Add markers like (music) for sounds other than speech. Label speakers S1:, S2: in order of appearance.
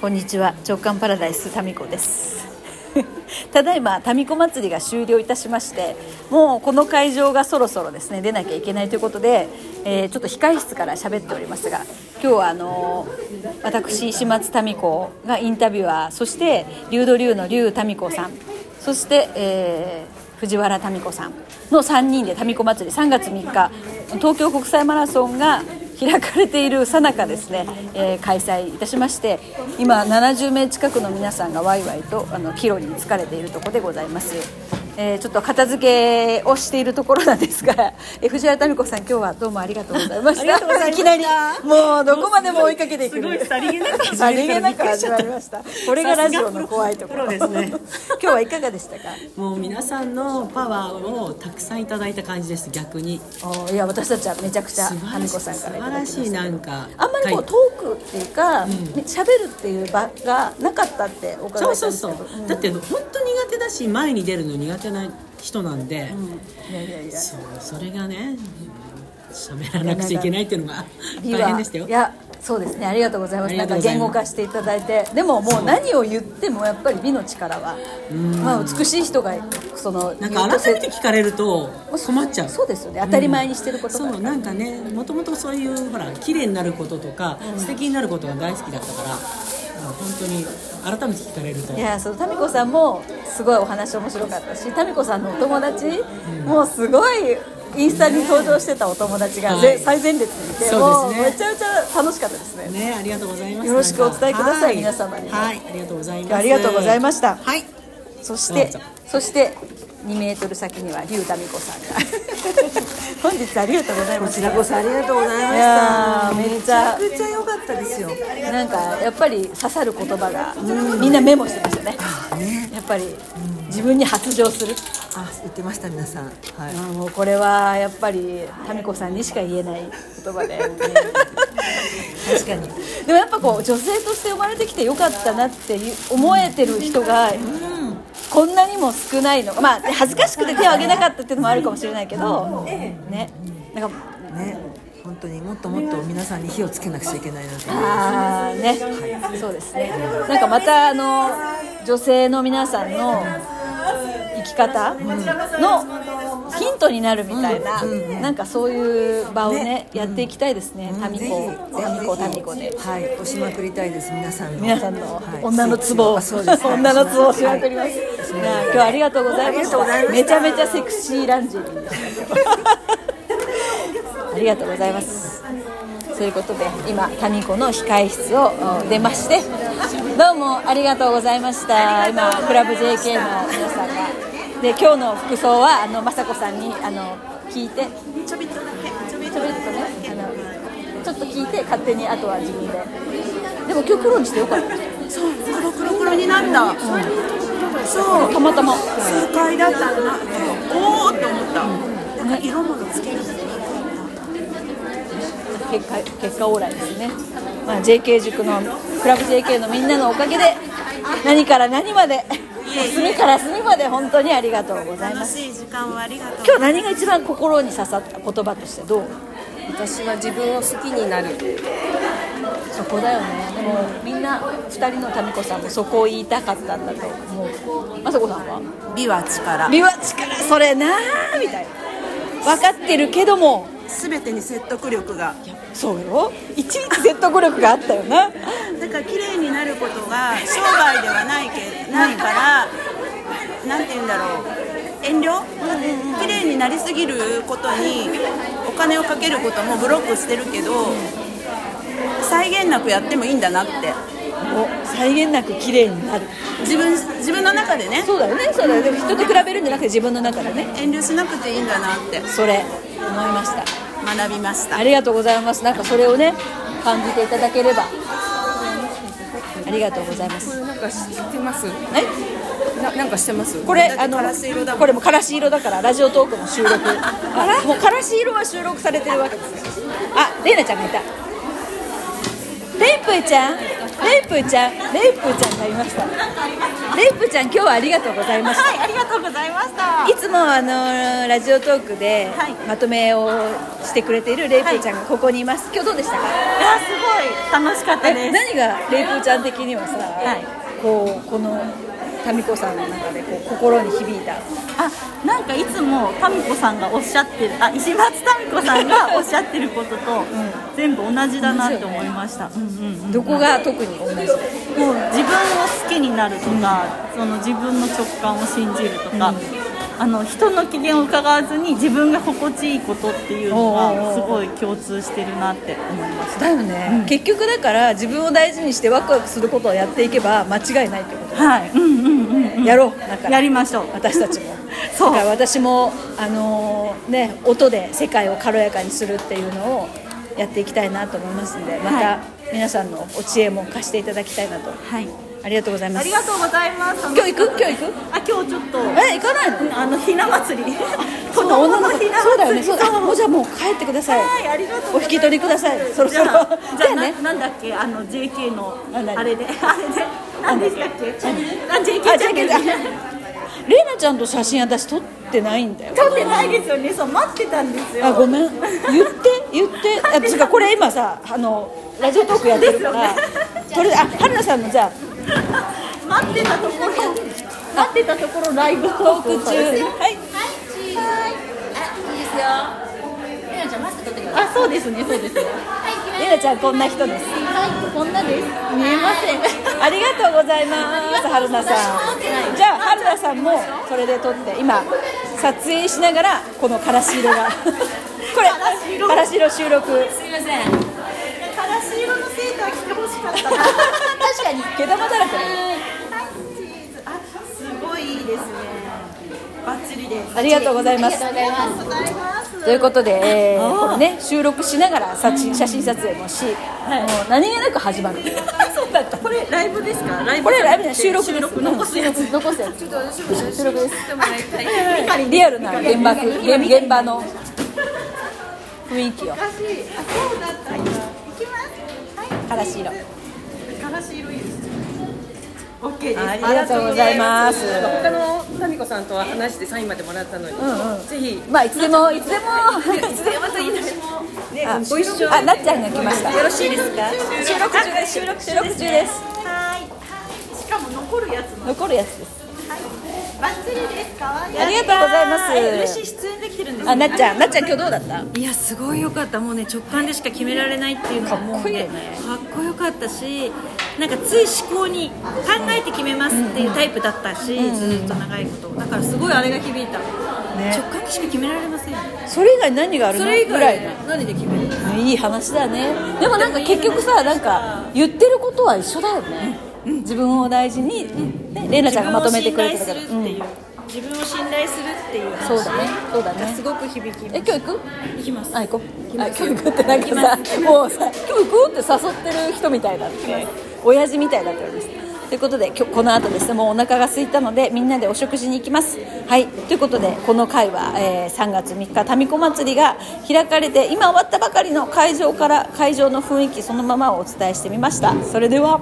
S1: こんにちは直感パラダイスタミコです (laughs) ただいまタミコ祭りが終了いたしましてもうこの会場がそろそろですね出なきゃいけないということで、えーちょっと控え室から喋っておりますが今日はあのー私石松タミコがインタビュアーそして竜土竜の竜タミコさんそして、えー藤原民子さんの3人で民子祭り3月3日東京国際マラソンが開かれているさなかですね、えー開催いたしまして今70名近くの皆さんがワイワイとあの帰路に疲れているところでございます、えーちょっと片付けをしているところなんですが、えー藤原民子さん今日はどうもありがとうご (laughs) ざいました
S2: ありがとうございました
S1: きなりもうどこまでも追いかけていく
S2: すごいさり
S1: (laughs)
S2: げなく始
S1: さり
S2: め
S1: げ
S2: るか
S1: なく
S2: らびっくりし
S1: 始
S2: ちゃ
S1: ま
S2: っ
S1: りましたこれがラジオの怖いところ
S2: さすがプロですね
S1: 今日はいかがでしたか
S2: たもう皆さんのパワーをたくさんいただいた感じです逆に
S1: あーいや私たちはめちゃくちゃ
S2: 素晴
S1: 花
S2: ら
S1: 子
S2: しい
S1: さん
S2: 素
S1: からい
S2: 晴
S1: ただき
S2: ら
S1: まし
S2: しいなんか
S1: たあんまりこう、
S2: はい
S1: トークっていうか喋、るっていう場がなかったってお伺
S2: そ
S1: いうした
S2: そ
S1: ん
S2: う
S1: ですけど、
S2: そう
S1: ん
S2: だって本当苦手だし前に出るの苦手な人なんで、
S1: いやいやいや
S2: そうそれがね喋らなくちゃいけないっていうのが
S1: 美は
S2: 大変でしたよ
S1: いやそうですねありがとうございます
S2: あり
S1: な
S2: が
S1: んか
S2: とうござい
S1: 言
S2: ます
S1: 語化していただいてでももう何を言ってもやっぱり美の力は、まあ、美しい人がその
S2: なんか改めて
S1: 言う
S2: 聞かれると
S1: とせ
S2: 困っちゃう
S1: そうですよね当たり前にしてることが、
S2: そうなんかねもともとそういうほら綺麗になることとか、素敵になることが大好きだったから、まあ、本当に改めて聞かれると
S1: いやそのタミコさんもすごいお話面白かったしタミコさんのお友達、もうすごいインスタに登場してたお友達が、
S2: はい
S1: ぜ最前列にいても
S2: そううですね
S1: めちゃめちゃ楽しかったですね
S2: ねありがとうございます
S1: よろしくお伝えください
S2: は
S1: 皆様に
S2: はいありがとうございます
S1: ありがとうございました
S2: はい
S1: そして
S2: どうぞ
S1: そして2メートル先には竜タミコさんが (laughs) 本日ありがとうございま
S3: こち
S1: す
S3: らこそありがとうございま
S1: いや
S3: した
S1: ーめっちゃ
S3: めちゃくちゃ良かったですよ
S1: なんかやっぱり刺さる言葉が、みんなメモしてましたねやっぱり、自分に発情する
S3: あ言ってました皆さんはい
S1: あーもうこれはやっぱり民子さんにしか言えない言葉で
S3: (laughs) 確かに
S1: でもやっぱこう女性として生まれてきてよかったなっていう思えてる人が、こんなにも少ないのまあ恥ずかしくて手を挙げなかったっていうのもあるかもしれないけど、ねなんか
S3: ね本当にもっともっと皆さんに火をつけなくちゃいけないなと
S1: ああね、そうですねなんかまたあの女性の皆さんの生き方のヒントになるみたいな、なんかそういう場をねやっていきたいですね、タミ
S3: ぜ
S1: コタミコタミコ
S3: ひ
S1: で
S3: ぜひはい押しまくりたいです皆さんの
S1: 皆さんの、
S3: はい
S1: 女のツボを
S3: あそうですはい
S1: (laughs) 女のツボをしまくります、じゃあ今日はありがとうございました
S3: ありがとうございま
S1: め
S3: し
S1: ちゃ
S3: た
S1: めちゃセクシーランジェリーありがとうございますそういうことで今民子の控え室をお出ましてどうもありがとうございました今クラブ JK の皆さんがで今日の服装はあの雅子さんにあの聞いて
S4: ちょびっとだけ、ちょびっ
S1: ち
S4: と
S1: ょ
S4: だ
S1: びっとねあのちょっと聞いて勝手にあとは自分ででも今日黒にしてよかった
S4: け。そう、黒黒黒になった。そう、
S1: たまたま
S4: 正解だったんだ。おおって思った。なんか色物つける。
S1: 結果結果オーライですね、まあ、JK 塾のクラブ JK のみんなのおかげで何から何まで隅から隅まで本当にありがとうございま
S4: 楽
S1: す
S4: しい時間をありがとう。
S1: 今日何が一番心に刺さった言葉としてどう
S5: 私は自分を好きになる
S1: そこだよねでもみんな2人の民子さんもそこを言いたかったんだと思う雅子さんは
S4: 美は力。
S1: 美は力それなーみたいな分かってるけども
S4: すべてに説得力が。
S1: そうよいちいち説得力があったよな
S4: だから綺麗になることが商売ではないけないから、なんて言うんだろう。遠慮綺麗になりすぎることにお金をかけることもブロックしてるけど際限なくやってもいいんだなって
S1: お際限なく綺麗になる
S4: 自分自分の中でね
S1: そうだよねそうだよね人と比べるんじゃなくて自分の中でね
S4: 遠慮しなくていいんだなって
S1: それ思いました
S4: 学びました
S1: ありがとうございますなんかそれをね感じていただければありがとうございます
S5: これなんか知ってます
S1: ね
S5: ななんかしてます
S1: これ
S4: だって
S1: あの
S4: からし色だもん
S1: これもからし色だからラジオトークの
S5: (laughs)
S1: 収録あらもうからし色は収録されてるわけですよあレイナちゃんがいたレイプーちゃんレイプーちゃんレイプーちゃんがいましたレイプーちゃん今日はありがとうございました
S4: はいありがとうございました
S1: いつもあのラジオトークで
S4: はい
S1: まとめをしてくれているレイプーちゃんがここにいます。今日どうでしたか？
S4: あす楽しかった
S1: え
S4: です
S1: 何がレイプーちゃん的にはさ、
S4: い
S1: こうこの民子さんの中でこう心に響いた
S4: あなんかいつもタミ子さんがおっしゃってるあ石松タミ子さんがおっしゃってる (laughs) ことと全部同じだなって思いました、うんうんうん
S1: どこが特に同じ
S4: もう自分を好きになるとか、その自分の直感を信じるとか、あの人の機嫌を伺わずに自分が心地いいことっていうの
S1: おうおうお
S4: が
S1: う
S4: すごい共通してるなって思いまし
S1: だよね、結局だから自分を大事にしてワクワクすることをやっていけば間違いないってこと
S4: たはいうんうんうんうん
S1: やろうだから
S4: やりましょう
S1: 私たちも
S4: (laughs) そう
S1: だから私も、あのーね、音で世界を軽やかにするっていうのをやっていきたいなと思いますんでま
S4: は
S1: た
S4: い
S1: 皆さんのお知恵も貸していただきたいなと
S4: はい
S1: ありがとうございま
S4: あ
S1: す
S4: りがとうございます
S1: 今日行く今日行く
S4: あ今日ちょっと
S1: え行かないの
S4: あのひな祭り子
S1: そう
S4: 供
S1: 女の
S4: の
S1: 子
S4: ひな祭り
S1: そうだよねそうだよねもうじゃあもう帰ってください
S4: はいありがとう
S1: お
S4: ございます
S1: 引き取りくださいそろそろ
S4: じゃあじゃあ
S1: だよ
S4: ななんだっけあの JK の
S1: あ何
S4: あれであれで何でしたっけあ JK
S1: あ
S4: チャンネル
S1: じゃあレイナちゃんと写真私撮ってないんだよ
S4: 撮ってないですよねそう待ってたんですよ
S1: あごめん言って言ってあつうかこれ今さあのラジオトークやってるからこれあ春菜さんのじゃあ
S4: 待ってたところ待ってたところライブト
S1: ト
S4: ー
S1: ー
S4: ク
S1: ク
S4: 中
S1: 中はい
S4: あそうですねそうですね
S1: レイナちゃんこんな人です
S4: こんなです見えません
S1: ありがとうございます春菜さんじゃあ春菜さんもそれで撮って今撮影しながらこのからし色が (laughs) これからし色収録
S4: からし色のセーター着てほしかったな
S1: 確かに毛玉だらけだよ
S4: あすごいいいですねバッチリです
S1: ありがとうございますということで、えーこのね、収録しながら写真写真撮影もし、もう何気なく始まる (laughs) そうだった
S4: これライブですかライブ
S1: これライブ
S4: じ
S1: じ
S4: ゃ
S1: ゃ
S4: なくて
S1: 収録です
S4: 収録残すやつ
S1: うん残すやつちょっと収録ですリアルな原爆現現場の雰囲気をからし色
S4: からし色いいですオッケーです
S1: ありがとうございます
S5: 他のタミコさんとは話してサインまでもらったのに、ぜひ
S1: まあいつでもいつでもいつでもあご一緒あなっちゃんが来ましたよろしいですか収録中です収録収録中です
S4: はいしかも残るやつも
S1: 残るやつです
S4: バッチリです可愛い
S1: ありがとうございます
S4: 嬉しい出演できてるんです
S1: あなっちゃんなっちゃん今日どうだった
S6: いやすごい良かったもうね直感でしか決められないっていうのがもうねかっこよかったしなんかつい思考に考えて決めますっていうタイプだったし、ずっと長いことだからすごいあれが響いた、直感でしか決められませんよ
S1: それ以外何があるの
S6: それ以
S1: ぐらい
S6: 外何で決めるの
S1: のいい話だねでもなんか結局さなんか言ってることは一緒だよね、自分を大事に、ねレイナちゃんがまとめてくれてたから、
S6: 自分を信頼するっていう、自分を信頼するっていう話
S1: そうだねそうだ
S6: が
S1: ね
S6: すごく響き
S1: え今日行く
S6: いきます
S1: あ行こうあ今日行くってなんかさもうさ今日行くって誘ってる人みたいだって親父みたいだったんですということで今日この後ですねもうお腹が空いたのでみんなでお食事に行きますはいということでこの回は、えー3月3日民子祭りが開かれて今終わったばかりの会場から会場の雰囲気そのままをお伝えしてみましたそれでは